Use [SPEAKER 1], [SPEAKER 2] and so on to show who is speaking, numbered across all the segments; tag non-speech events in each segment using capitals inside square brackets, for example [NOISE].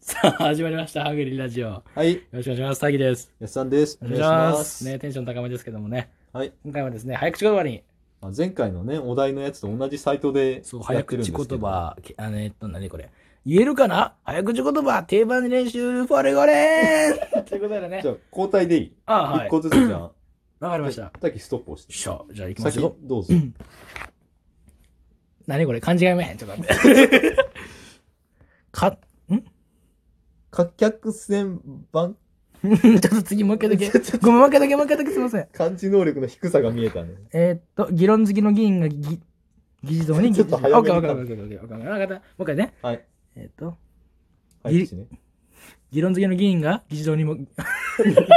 [SPEAKER 1] さあ、始まりました。ハングリーラジオ。よ
[SPEAKER 2] はい、
[SPEAKER 1] ろしくお願いします。タギです。
[SPEAKER 2] やっさんです。お願いします。
[SPEAKER 1] ね、テンション高めですけどもね。
[SPEAKER 2] はい、
[SPEAKER 1] 今回はですね、早口言葉に、
[SPEAKER 2] まあ、前回のね、お題のやつと同じサイトで
[SPEAKER 1] そう、
[SPEAKER 2] や
[SPEAKER 1] 早
[SPEAKER 2] ってるんです
[SPEAKER 1] 口
[SPEAKER 2] けど。
[SPEAKER 1] 言。葉、けあの、えっと、何これ。言えるかな早口言葉、定番練習、フォレゴレ
[SPEAKER 2] [LAUGHS]
[SPEAKER 1] ーンということでね
[SPEAKER 2] じゃ。あ、交代でいい。
[SPEAKER 1] あ
[SPEAKER 2] 一、
[SPEAKER 1] あ、はい。
[SPEAKER 2] 個ずつじゃん。わか
[SPEAKER 1] わかりました。よ
[SPEAKER 2] さっきストップ押し。
[SPEAKER 1] ってしょ。じゃあ行きま
[SPEAKER 2] 先
[SPEAKER 1] しょう。
[SPEAKER 2] ど
[SPEAKER 1] [CLEARS THROAT]
[SPEAKER 2] うぞ。
[SPEAKER 1] 何これ漢字が読めへん。ちょっと待
[SPEAKER 2] [LAUGHS]
[SPEAKER 1] って。か、 [LAUGHS]
[SPEAKER 2] 客客船版
[SPEAKER 1] んちょっと次もう一回だけ。
[SPEAKER 2] [LAUGHS]
[SPEAKER 1] ごめん、もう一回だけ、もう一回だけすいません。
[SPEAKER 2] 漢字能力の低さが見えたね。
[SPEAKER 1] えーっと、議論好きの議員が議議事堂に
[SPEAKER 2] ちょっと早めに
[SPEAKER 1] オッケーオッケーオッケーオッケーオッケーわかったもう一回ね。
[SPEAKER 2] はい。
[SPEAKER 1] えーっと、
[SPEAKER 2] はい、
[SPEAKER 1] ギリ
[SPEAKER 2] 口ね。
[SPEAKER 1] 議論好きの議員が議事堂にも、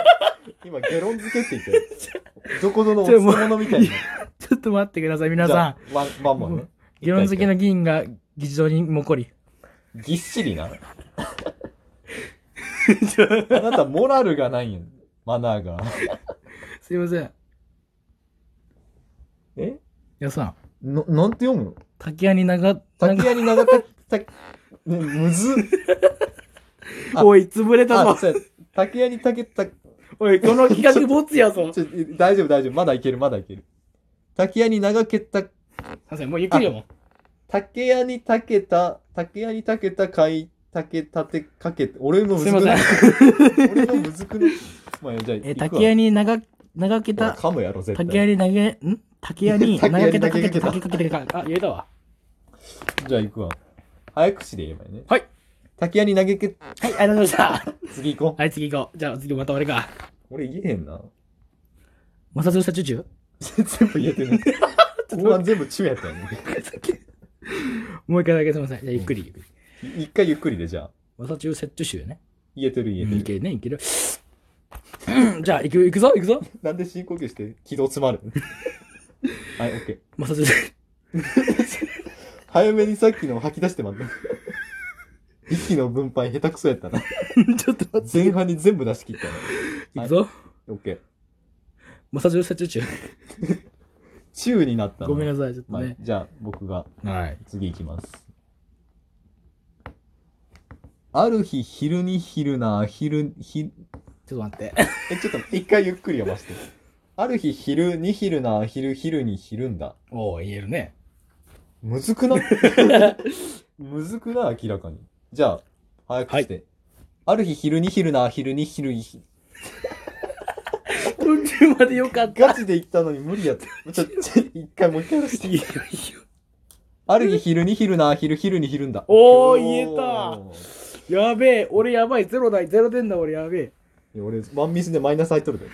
[SPEAKER 1] [LAUGHS]
[SPEAKER 2] 今、ゲロン漬けって言ってる。どこぞのお漬
[SPEAKER 1] [LAUGHS]
[SPEAKER 2] 物みたいな。
[SPEAKER 1] ちょっと待ってください、皆
[SPEAKER 2] じゃ
[SPEAKER 1] さん
[SPEAKER 2] あ。、ワン、ワンマンね。
[SPEAKER 1] 議論好きの議員が議事堂にも [LAUGHS] こり。
[SPEAKER 2] ぎっしりな。あなた、モラルがないんマナーが。
[SPEAKER 1] すいません。
[SPEAKER 2] え
[SPEAKER 1] 皆さん、
[SPEAKER 2] の、なんて読むの
[SPEAKER 1] 竹谷に長、
[SPEAKER 2] 竹谷に長田、た、 [LAUGHS] ね、むずっ。
[SPEAKER 1] [LAUGHS]
[SPEAKER 2] あ
[SPEAKER 1] おい、潰れた
[SPEAKER 2] あ、
[SPEAKER 1] ぞ。
[SPEAKER 2] そうや竹谷に竹、た、ち
[SPEAKER 1] おい、この企画ボツやぞ。 [LAUGHS] すい
[SPEAKER 2] ょ、大丈夫大丈夫。まだいけるまだいける。竹谷に長けた、
[SPEAKER 1] ません、もうゆっくりよ、もう。
[SPEAKER 2] 竹谷に竹た、竹谷に竹た、かい、竹立てかけて、俺のむずくない俺のむずくないまあ、じゃあ、
[SPEAKER 1] え、
[SPEAKER 2] 行く
[SPEAKER 1] 竹
[SPEAKER 2] わ
[SPEAKER 1] 谷に長、長けた、
[SPEAKER 2] 噛むやろ、絶対。
[SPEAKER 1] 竹谷に投げ、ん竹谷 [LAUGHS] に
[SPEAKER 2] 竹谷
[SPEAKER 1] 長け
[SPEAKER 2] に
[SPEAKER 1] た
[SPEAKER 2] 投
[SPEAKER 1] かけて
[SPEAKER 2] げかけた
[SPEAKER 1] 竹かけてか、あ、言えたわ。
[SPEAKER 2] じゃあ、行くわ。早口で言えばいいね。
[SPEAKER 1] はい。
[SPEAKER 2] 竹谷に投げけ、
[SPEAKER 1] はい、ありがとうございました。
[SPEAKER 2] 次行こ
[SPEAKER 1] はい、次行こう。じゃあ、次また俺か。
[SPEAKER 2] う。俺言えへんな。
[SPEAKER 1] 摩擦したチュチュ
[SPEAKER 2] 全部言え
[SPEAKER 1] [LAUGHS]
[SPEAKER 2] てない。後半全部中やったよね。
[SPEAKER 1] もう一回だけすみません。じゃあ、ゆっくり。
[SPEAKER 2] 一回ゆっくりで、じゃあ。
[SPEAKER 1] 摩擦中セット集ね。
[SPEAKER 2] 言えてる言えて
[SPEAKER 1] い
[SPEAKER 2] る。
[SPEAKER 1] けるね、いける。うんじゃあ、行く、行くぞ、行くぞ。
[SPEAKER 2] なんで深呼吸して気道詰まる [LAUGHS] はい、オッケー。
[SPEAKER 1] 摩擦中。
[SPEAKER 2] 早めにさっきの吐き出してまんね。 [LAUGHS] 息の分配下手くそやったな。
[SPEAKER 1] [LAUGHS] ちょっと待
[SPEAKER 2] 前半に全部出し切ったな。
[SPEAKER 1] って。行くぞ。
[SPEAKER 2] オッケー。
[SPEAKER 1] 摩擦中セットチュ
[SPEAKER 2] 中になった
[SPEAKER 1] ごめん
[SPEAKER 2] さ
[SPEAKER 1] なさい、ちょっと
[SPEAKER 2] まあ
[SPEAKER 1] ね。
[SPEAKER 2] じゃあ、僕が
[SPEAKER 1] はい。
[SPEAKER 2] 次行きます。ある日、昼に昼な、昼、
[SPEAKER 1] ちょ
[SPEAKER 2] ひ、
[SPEAKER 1] っと待って。
[SPEAKER 2] え、ちょっと、一回ゆっくり読ませて。ある日、昼に昼な、昼、昼に昼んだ。
[SPEAKER 1] おお言えるね。
[SPEAKER 2] むずくな [LAUGHS] むずくな、明らかに。じゃあ、早くして。ある日昼に昼な、昼に昼にひ、
[SPEAKER 1] 途中までよかった。
[SPEAKER 2] ガチで言ったのに無理やった。ちょ、ちょ、一回もう一回やらせて。
[SPEAKER 1] いいよ
[SPEAKER 2] ある日昼に昼な、昼昼に昼んだ。
[SPEAKER 1] おー
[SPEAKER 2] おー
[SPEAKER 1] いいよやべえ、俺やばい、ゼロだ、ゼロ点だ、俺やべえ。
[SPEAKER 2] いや俺、ワンミスでマイナス入っと [LAUGHS] るで。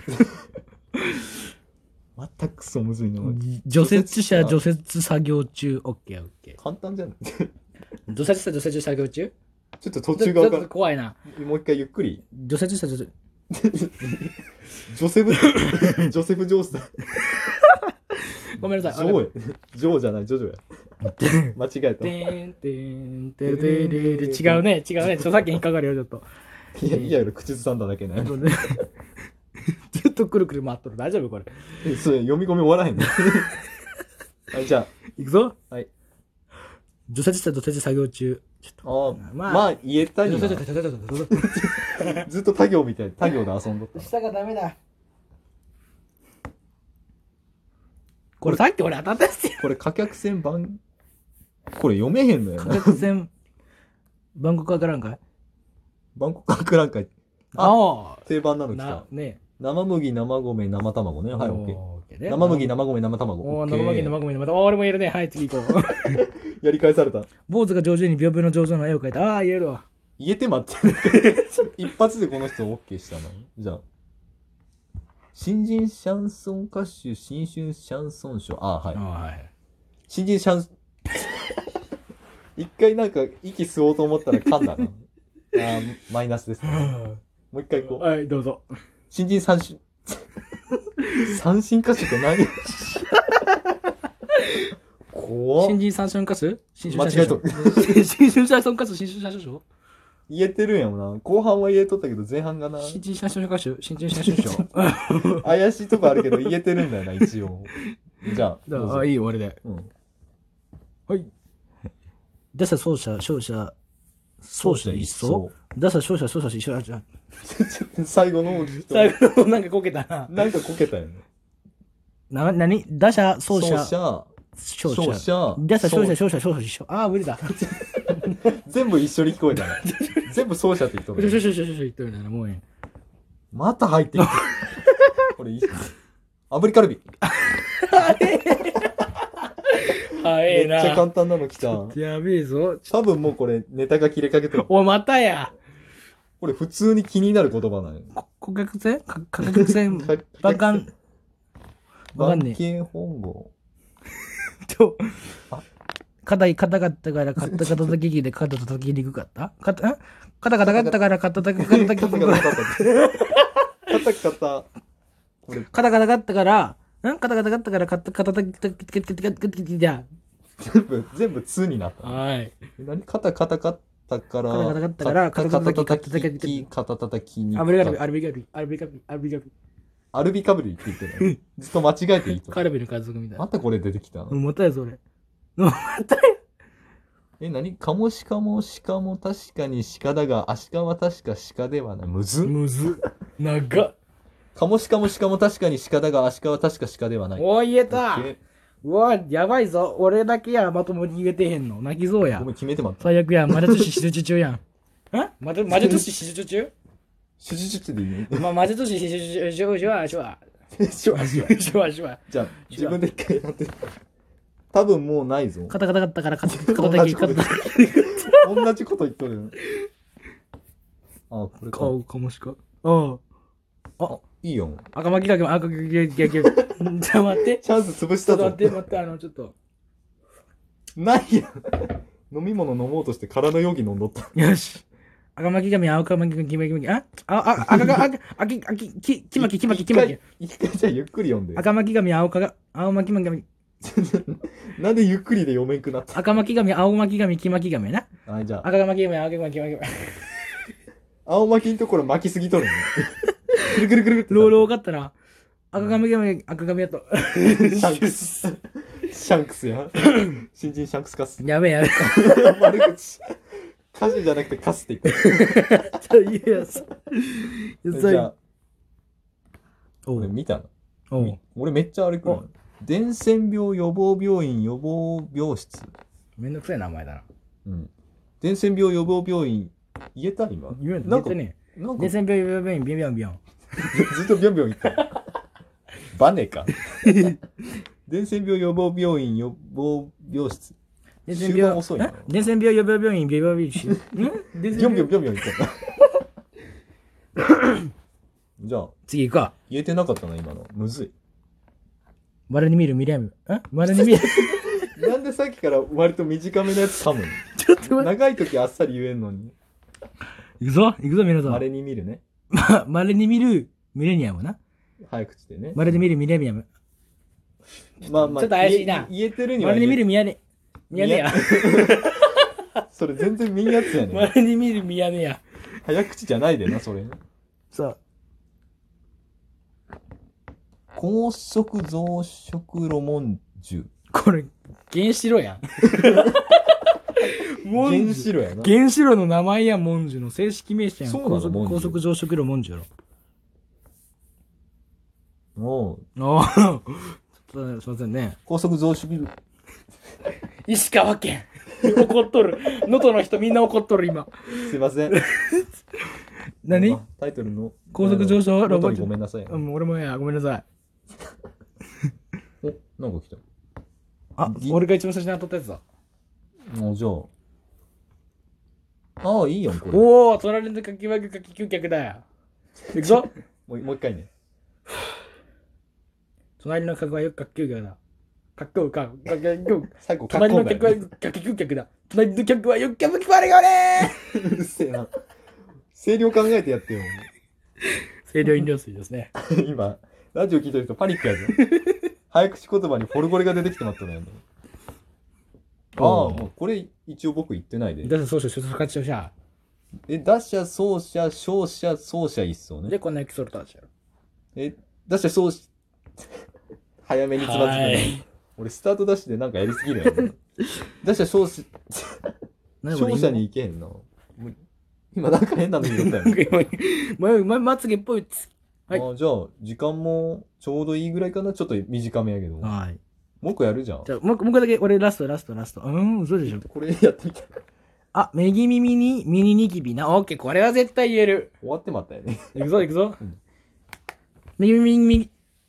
[SPEAKER 2] またくそむずいな。おい
[SPEAKER 1] 除雪車、除
[SPEAKER 2] 除
[SPEAKER 1] 雪作業中。オッケー、オッケ
[SPEAKER 2] 簡単じゃない
[SPEAKER 1] ー。除雪車、除雪車作業中
[SPEAKER 2] ちょっと途
[SPEAKER 1] ちょ
[SPEAKER 2] 中
[SPEAKER 1] っ
[SPEAKER 2] が分か
[SPEAKER 1] と怖いな。
[SPEAKER 2] らん。もう一回ゆっくり。
[SPEAKER 1] 除雪車、除雪。
[SPEAKER 2] ジョセフ、ジョセフ・ジョースだ。
[SPEAKER 1] ごめんな
[SPEAKER 2] ジ
[SPEAKER 1] さい。
[SPEAKER 2] ョーや。 [LAUGHS] ジョーじゃない、ジョジョや。間違えた。
[SPEAKER 1] てんてんてんてんてんてん違うね、違うね。著作権引っかかるよ、ちょっと。
[SPEAKER 2] いや、いやよ、口ずさんだだけね。 [LAUGHS]
[SPEAKER 1] ずっとくるくる回っとる。大丈夫これ。
[SPEAKER 2] それ読み込み終わらへん [LAUGHS] ね。はい、じゃ
[SPEAKER 1] いくぞ。
[SPEAKER 2] はい。
[SPEAKER 1] 除雪車、除雪作業中。ちょっ
[SPEAKER 2] あ、あー
[SPEAKER 1] まあ
[SPEAKER 2] まあ、言え
[SPEAKER 1] と。
[SPEAKER 2] たり
[SPEAKER 1] 除
[SPEAKER 2] な
[SPEAKER 1] 雪車、除雪車除雪車
[SPEAKER 2] ずっと他行みたいな、他行で遊んどった。
[SPEAKER 1] 下がダメだ。これさっき俺当たったやつや。
[SPEAKER 2] これ、可客船版、これ読めへんのよ
[SPEAKER 1] 可
[SPEAKER 2] な。
[SPEAKER 1] 客船、バンコクわからんかい
[SPEAKER 2] バンコク博覧会、あ
[SPEAKER 1] あ
[SPEAKER 2] 定番な
[SPEAKER 1] あ。
[SPEAKER 2] の来
[SPEAKER 1] な
[SPEAKER 2] た、。
[SPEAKER 1] ね。
[SPEAKER 2] 生麦、生米、生卵ね。はい、オッケー。
[SPEAKER 1] オッケーね
[SPEAKER 2] 生麦、生米、生卵。
[SPEAKER 1] お
[SPEAKER 2] オ
[SPEAKER 1] お、
[SPEAKER 2] ッケ
[SPEAKER 1] 生
[SPEAKER 2] ー
[SPEAKER 1] 麦、生麦、また、おー俺も言えるね。はい、次行こう。
[SPEAKER 2] やり返された。
[SPEAKER 1] 坊主が上手に屏風の上手の絵を描いた。ああ、言えるわ。
[SPEAKER 2] 言えて待って。
[SPEAKER 1] [LAUGHS]
[SPEAKER 2] 一発でこの人オッケーしたの。じゃあ。新人シャンソン歌手、新春シャンソン賞。ああ、はい。
[SPEAKER 1] はい。
[SPEAKER 2] 新人シャン、一回なんか息吸おうと思ったら噛
[SPEAKER 1] [LAUGHS]
[SPEAKER 2] んだな。あーマイナスですね。もう一回こう。
[SPEAKER 1] はい、どうぞ。
[SPEAKER 2] 新人
[SPEAKER 1] [LAUGHS]
[SPEAKER 2] 三振。三振歌手って何怖っ
[SPEAKER 1] 新人三春歌手新
[SPEAKER 2] 間違えとる。
[SPEAKER 1] る。新春三春歌手新春三春賞
[SPEAKER 2] 言えてるんやもんな。後半は言えとったけど、前半がな。
[SPEAKER 1] 新人三春歌手新人三春賞
[SPEAKER 2] [LAUGHS] 怪しいとこあるけど、言えてるんだよな、一応。じゃあ、どうぞ
[SPEAKER 1] あ、いいよ、俺で。
[SPEAKER 2] うん
[SPEAKER 1] はい。出した奏者、勝者、奏者一層ださ勝者勝者一緒だじゃん。
[SPEAKER 2] 最後の方聞くと
[SPEAKER 1] 最後のなんかこけたな。
[SPEAKER 2] なんかこけたよね。
[SPEAKER 1] な、なに打者、走
[SPEAKER 2] 勝
[SPEAKER 1] 者、
[SPEAKER 2] 者、
[SPEAKER 1] 勝
[SPEAKER 2] 勝
[SPEAKER 1] 者。
[SPEAKER 2] 者、
[SPEAKER 1] 打者、勝者、
[SPEAKER 2] 走
[SPEAKER 1] 勝者、勝者一緒。ああ、無理だ。
[SPEAKER 2] 全部一緒に聞こえた
[SPEAKER 1] [LAUGHS]
[SPEAKER 2] ね。全部勝者って言ったもん
[SPEAKER 1] 勝者、
[SPEAKER 2] ね
[SPEAKER 1] 勝者、勝者言っとるな、もうえ
[SPEAKER 2] また入っ
[SPEAKER 1] [LAUGHS]
[SPEAKER 2] てきた。これいいっすね炙りカルビ。
[SPEAKER 1] え。は
[SPEAKER 2] めっちゃ簡単なの来た。
[SPEAKER 1] やべえぞ。
[SPEAKER 2] 多分もうこれネタが切れかけてる。
[SPEAKER 1] おい、またや。
[SPEAKER 2] これ普通に気になる言葉なんよ。
[SPEAKER 1] こ顧客船か価格船バカン。わかんねえ
[SPEAKER 2] 万金本郷。
[SPEAKER 1] と
[SPEAKER 2] あ、
[SPEAKER 1] 肩い肩かったから肩肩たき器で肩たきにくかった肩、ん肩肩かったから肩たき肩た
[SPEAKER 2] カ
[SPEAKER 1] き
[SPEAKER 2] タ
[SPEAKER 1] に
[SPEAKER 2] カ
[SPEAKER 1] く
[SPEAKER 2] タ
[SPEAKER 1] かっ
[SPEAKER 2] カ
[SPEAKER 1] た。
[SPEAKER 2] タカタ。これ、
[SPEAKER 1] 肩肩かったから、ん肩肩かったから肩肩たきたきたきたきたきじゃ
[SPEAKER 2] 全部、全部2になった。
[SPEAKER 1] はい。
[SPEAKER 2] 何カタカタカタから、
[SPEAKER 1] カタカタカタから
[SPEAKER 2] カタカタカタカキ、カタタタキに。
[SPEAKER 1] アブリガルビ、アルビガルビ、アルビガルビ、アルビガルビ。
[SPEAKER 2] アルビカブリって言ってる。ずっと間違えていいと。
[SPEAKER 1] カルビの家族みたい
[SPEAKER 2] ま
[SPEAKER 1] な。
[SPEAKER 2] たこれ出てきた
[SPEAKER 1] う
[SPEAKER 2] の。
[SPEAKER 1] んまたやそれ。
[SPEAKER 2] え、何カモシカモシカも確かに鹿だが、アシカは確か鹿ではない。むずっ
[SPEAKER 1] むず。長っ。
[SPEAKER 2] カモシカモシカも確かに鹿だが、アシカは確か鹿ではない。
[SPEAKER 1] おい、言え
[SPEAKER 2] オ
[SPEAKER 1] た
[SPEAKER 2] ッケ
[SPEAKER 1] うわ、やばいぞ。俺だけや、まともに言えてへんの。泣きそう
[SPEAKER 2] ー
[SPEAKER 1] や
[SPEAKER 2] ごめ。ん、決めてまった。
[SPEAKER 1] 最悪や、魔術師手術中やん。え魔術魔術師手術中
[SPEAKER 2] シュシュシュシュでいいね
[SPEAKER 1] ま、魔術師手術中、しゅわしゅわしゅわ。
[SPEAKER 2] シュワシュワ
[SPEAKER 1] しゅわしゅわ。
[SPEAKER 2] じゃあ、自分で一回やって。多分もうないぞ。
[SPEAKER 1] カタカタかったから、カ [LAUGHS] タカタ
[SPEAKER 2] 同
[SPEAKER 1] キ、
[SPEAKER 2] じこ
[SPEAKER 1] カ
[SPEAKER 2] と
[SPEAKER 1] タ
[SPEAKER 2] 言っ
[SPEAKER 1] タキ。
[SPEAKER 2] 同じこと言っとるよ。あ、これか。
[SPEAKER 1] 顔かもしか。うん。
[SPEAKER 2] いいよ。
[SPEAKER 1] 赤巻きかけも赤巻きかけ。じゃあ待って。
[SPEAKER 2] チャンス潰し
[SPEAKER 1] ちょ
[SPEAKER 2] た
[SPEAKER 1] っと待っ。
[SPEAKER 2] ぞ
[SPEAKER 1] て、待って、あの、ちょっと。
[SPEAKER 2] ないやん。飲み物飲もうとして空の容器飲んどった。
[SPEAKER 1] よし。赤巻き髪、青巻き髪、黄巻き髪、ああ、あ、赤が、赤、あき、あき、き、きまき、きまき、きまき。
[SPEAKER 2] 一回一回じゃあゆっくり読んで。
[SPEAKER 1] 赤巻き髪、青かが、青巻き髪、
[SPEAKER 2] なんでゆっくりで読めんくなった
[SPEAKER 1] 赤巻き髪、青巻き髪、黄巻き髪な。
[SPEAKER 2] はい、じゃあ、
[SPEAKER 1] 赤巻き髪、青巻き髪、黄巻き髪。
[SPEAKER 2] 青巻きんところ巻きすぎとる [LAUGHS] ね。くるくるくるって。
[SPEAKER 1] ロール多かったな。赤髪髪、赤髪やと。
[SPEAKER 2] シャンクス。シャンクスや。新人シャンクスカス。
[SPEAKER 1] やべえやべえ。
[SPEAKER 2] 悪口。歌詞じゃなくてカスって言っ
[SPEAKER 1] ちょっと言えやつ。
[SPEAKER 2] た。じゃあ、
[SPEAKER 1] お
[SPEAKER 2] 俺
[SPEAKER 1] う
[SPEAKER 2] 見たの。
[SPEAKER 1] おう
[SPEAKER 2] 俺めっちゃ歩くの。伝染病予防病院予防病室。
[SPEAKER 1] めんどくさい名前だな。
[SPEAKER 2] うん。伝染病予防病院。言えた今。
[SPEAKER 1] 言うの
[SPEAKER 2] なんか、
[SPEAKER 1] 絶対ね。
[SPEAKER 2] なんか
[SPEAKER 1] 伝染病、病病、ビ病、病、
[SPEAKER 2] ずっ [LAUGHS] とビョンビョン言ってた。バネか。伝染病予防病院予防病室。
[SPEAKER 1] 伝
[SPEAKER 2] 終
[SPEAKER 1] 染
[SPEAKER 2] 盤
[SPEAKER 1] 病、
[SPEAKER 2] 遅いな
[SPEAKER 1] え伝染病、予防病院、病病病、ん
[SPEAKER 2] ビ
[SPEAKER 1] 伝
[SPEAKER 2] ョン
[SPEAKER 1] 染
[SPEAKER 2] ビョン
[SPEAKER 1] 病。
[SPEAKER 2] ビョンビョン言ってた。じゃあ、
[SPEAKER 1] 次行こう。
[SPEAKER 2] 言えてなかったな、今の。むずい。
[SPEAKER 1] まに見るミリアム。んまに見る。
[SPEAKER 2] なんでさっきから割と短めのやつ噛む
[SPEAKER 1] ちょっと
[SPEAKER 2] の
[SPEAKER 1] 待っ
[SPEAKER 2] [LAUGHS] 長い時あっさり言えんのに。
[SPEAKER 1] て。行くぞ、行くぞ、皆
[SPEAKER 2] ま
[SPEAKER 1] さ
[SPEAKER 2] れに見るね。
[SPEAKER 1] ん。まれに見るミレニアムな。
[SPEAKER 2] 早口でね。
[SPEAKER 1] まれに見るミレニアム。
[SPEAKER 2] まあまあ、
[SPEAKER 1] ちょっと怪しいな
[SPEAKER 2] 言え言えてるに
[SPEAKER 1] ま
[SPEAKER 2] は
[SPEAKER 1] れに見
[SPEAKER 2] る。
[SPEAKER 1] るミヤネ。ミヤネや。 [LAUGHS]
[SPEAKER 2] それ全然見んやつや
[SPEAKER 1] ま
[SPEAKER 2] ね。
[SPEAKER 1] れに見るミヤネや。
[SPEAKER 2] 早口じゃないでな、それ。
[SPEAKER 1] そう。
[SPEAKER 2] 高速増殖ロモンジ
[SPEAKER 1] これ、原子炉やん。モ
[SPEAKER 2] ュ。
[SPEAKER 1] ン
[SPEAKER 2] 原
[SPEAKER 1] ジ
[SPEAKER 2] 子
[SPEAKER 1] ュ。
[SPEAKER 2] 炉やな。
[SPEAKER 1] 原子炉の名前やモンジュの正式名称やん。
[SPEAKER 2] そうなの
[SPEAKER 1] 高速
[SPEAKER 2] モンジュ
[SPEAKER 1] 高速増殖炉モンジュや
[SPEAKER 2] おう
[SPEAKER 1] ろ。おーちょっとすいませんね。
[SPEAKER 2] 高速増殖
[SPEAKER 1] 石川県。怒っとる。能登の人みんな怒っとる今。
[SPEAKER 2] すいません。
[SPEAKER 1] 何
[SPEAKER 2] あタイトルの。
[SPEAKER 1] 高速上昇ロ
[SPEAKER 2] ロ
[SPEAKER 1] ボ
[SPEAKER 2] ボ
[SPEAKER 1] ッ
[SPEAKER 2] ッ
[SPEAKER 1] ト
[SPEAKER 2] ト。ごめんなさい。
[SPEAKER 1] うん、俺もや、ごめんなさい。
[SPEAKER 2] お、なんか来た。
[SPEAKER 1] あ、
[SPEAKER 2] ぎ
[SPEAKER 1] 俺が一番最初に当たったやつだ。
[SPEAKER 2] あ、じゃあ。ああ、いいやん、これ。も
[SPEAKER 1] おお、隣のかきわけかき究極だよ。行くぞ [LAUGHS]
[SPEAKER 2] うもう一回ね。
[SPEAKER 1] 隣の客はよくかき究極だ。かっこうか、か [LAUGHS] っこう。
[SPEAKER 2] 最後、
[SPEAKER 1] 隣の
[SPEAKER 2] 格
[SPEAKER 1] 客
[SPEAKER 2] 好
[SPEAKER 1] は
[SPEAKER 2] だよ
[SPEAKER 1] よ
[SPEAKER 2] ね
[SPEAKER 1] くかき究極だ。隣の客はよくかきわれがね
[SPEAKER 2] うるせえな。声量考えてやってよ。
[SPEAKER 1] 清涼飲料水ですね。
[SPEAKER 2] 今、ラジオ聞いてる人パニックやぞ。早口言葉にフォルゴレが出てきてまったのよ、ね。ああ、
[SPEAKER 1] うん
[SPEAKER 2] もうこれ一応僕言ってないで。
[SPEAKER 1] だってそうしよう、所属活動者。
[SPEAKER 2] え、打者、走者、勝者、走者一層
[SPEAKER 1] で、
[SPEAKER 2] ね。
[SPEAKER 1] こんなエクソルトしよ
[SPEAKER 2] え、打者、走者、 [LAUGHS] 早めにつまずくの
[SPEAKER 1] は
[SPEAKER 2] よ
[SPEAKER 1] い。
[SPEAKER 2] 俺、スタートダッシ
[SPEAKER 1] [LAUGHS]
[SPEAKER 2] ュでなんかやりすぎるよ、ね。打者、走者、勝者に行けへんな。今なんか変なの言ったよ
[SPEAKER 1] なん
[SPEAKER 2] ね。
[SPEAKER 1] か今、前、前まつげっぽいつ。はい
[SPEAKER 2] あじゃあ、時間もちょうどいいぐらいかな。ちょっと短めやけど。も
[SPEAKER 1] はい。
[SPEAKER 2] う一個やるじゃん
[SPEAKER 1] じ。ゃあ、もう一個もう一個だけ、俺ラスト、ラスト、ラスト。うーん、そうでしょ。
[SPEAKER 2] これやってみた。
[SPEAKER 1] あ、右耳にミニニキビな。オッケー、これは絶対言える。
[SPEAKER 2] 終わってまったよね。
[SPEAKER 1] いくぞ、いくぞ
[SPEAKER 2] うん。
[SPEAKER 1] 右耳に、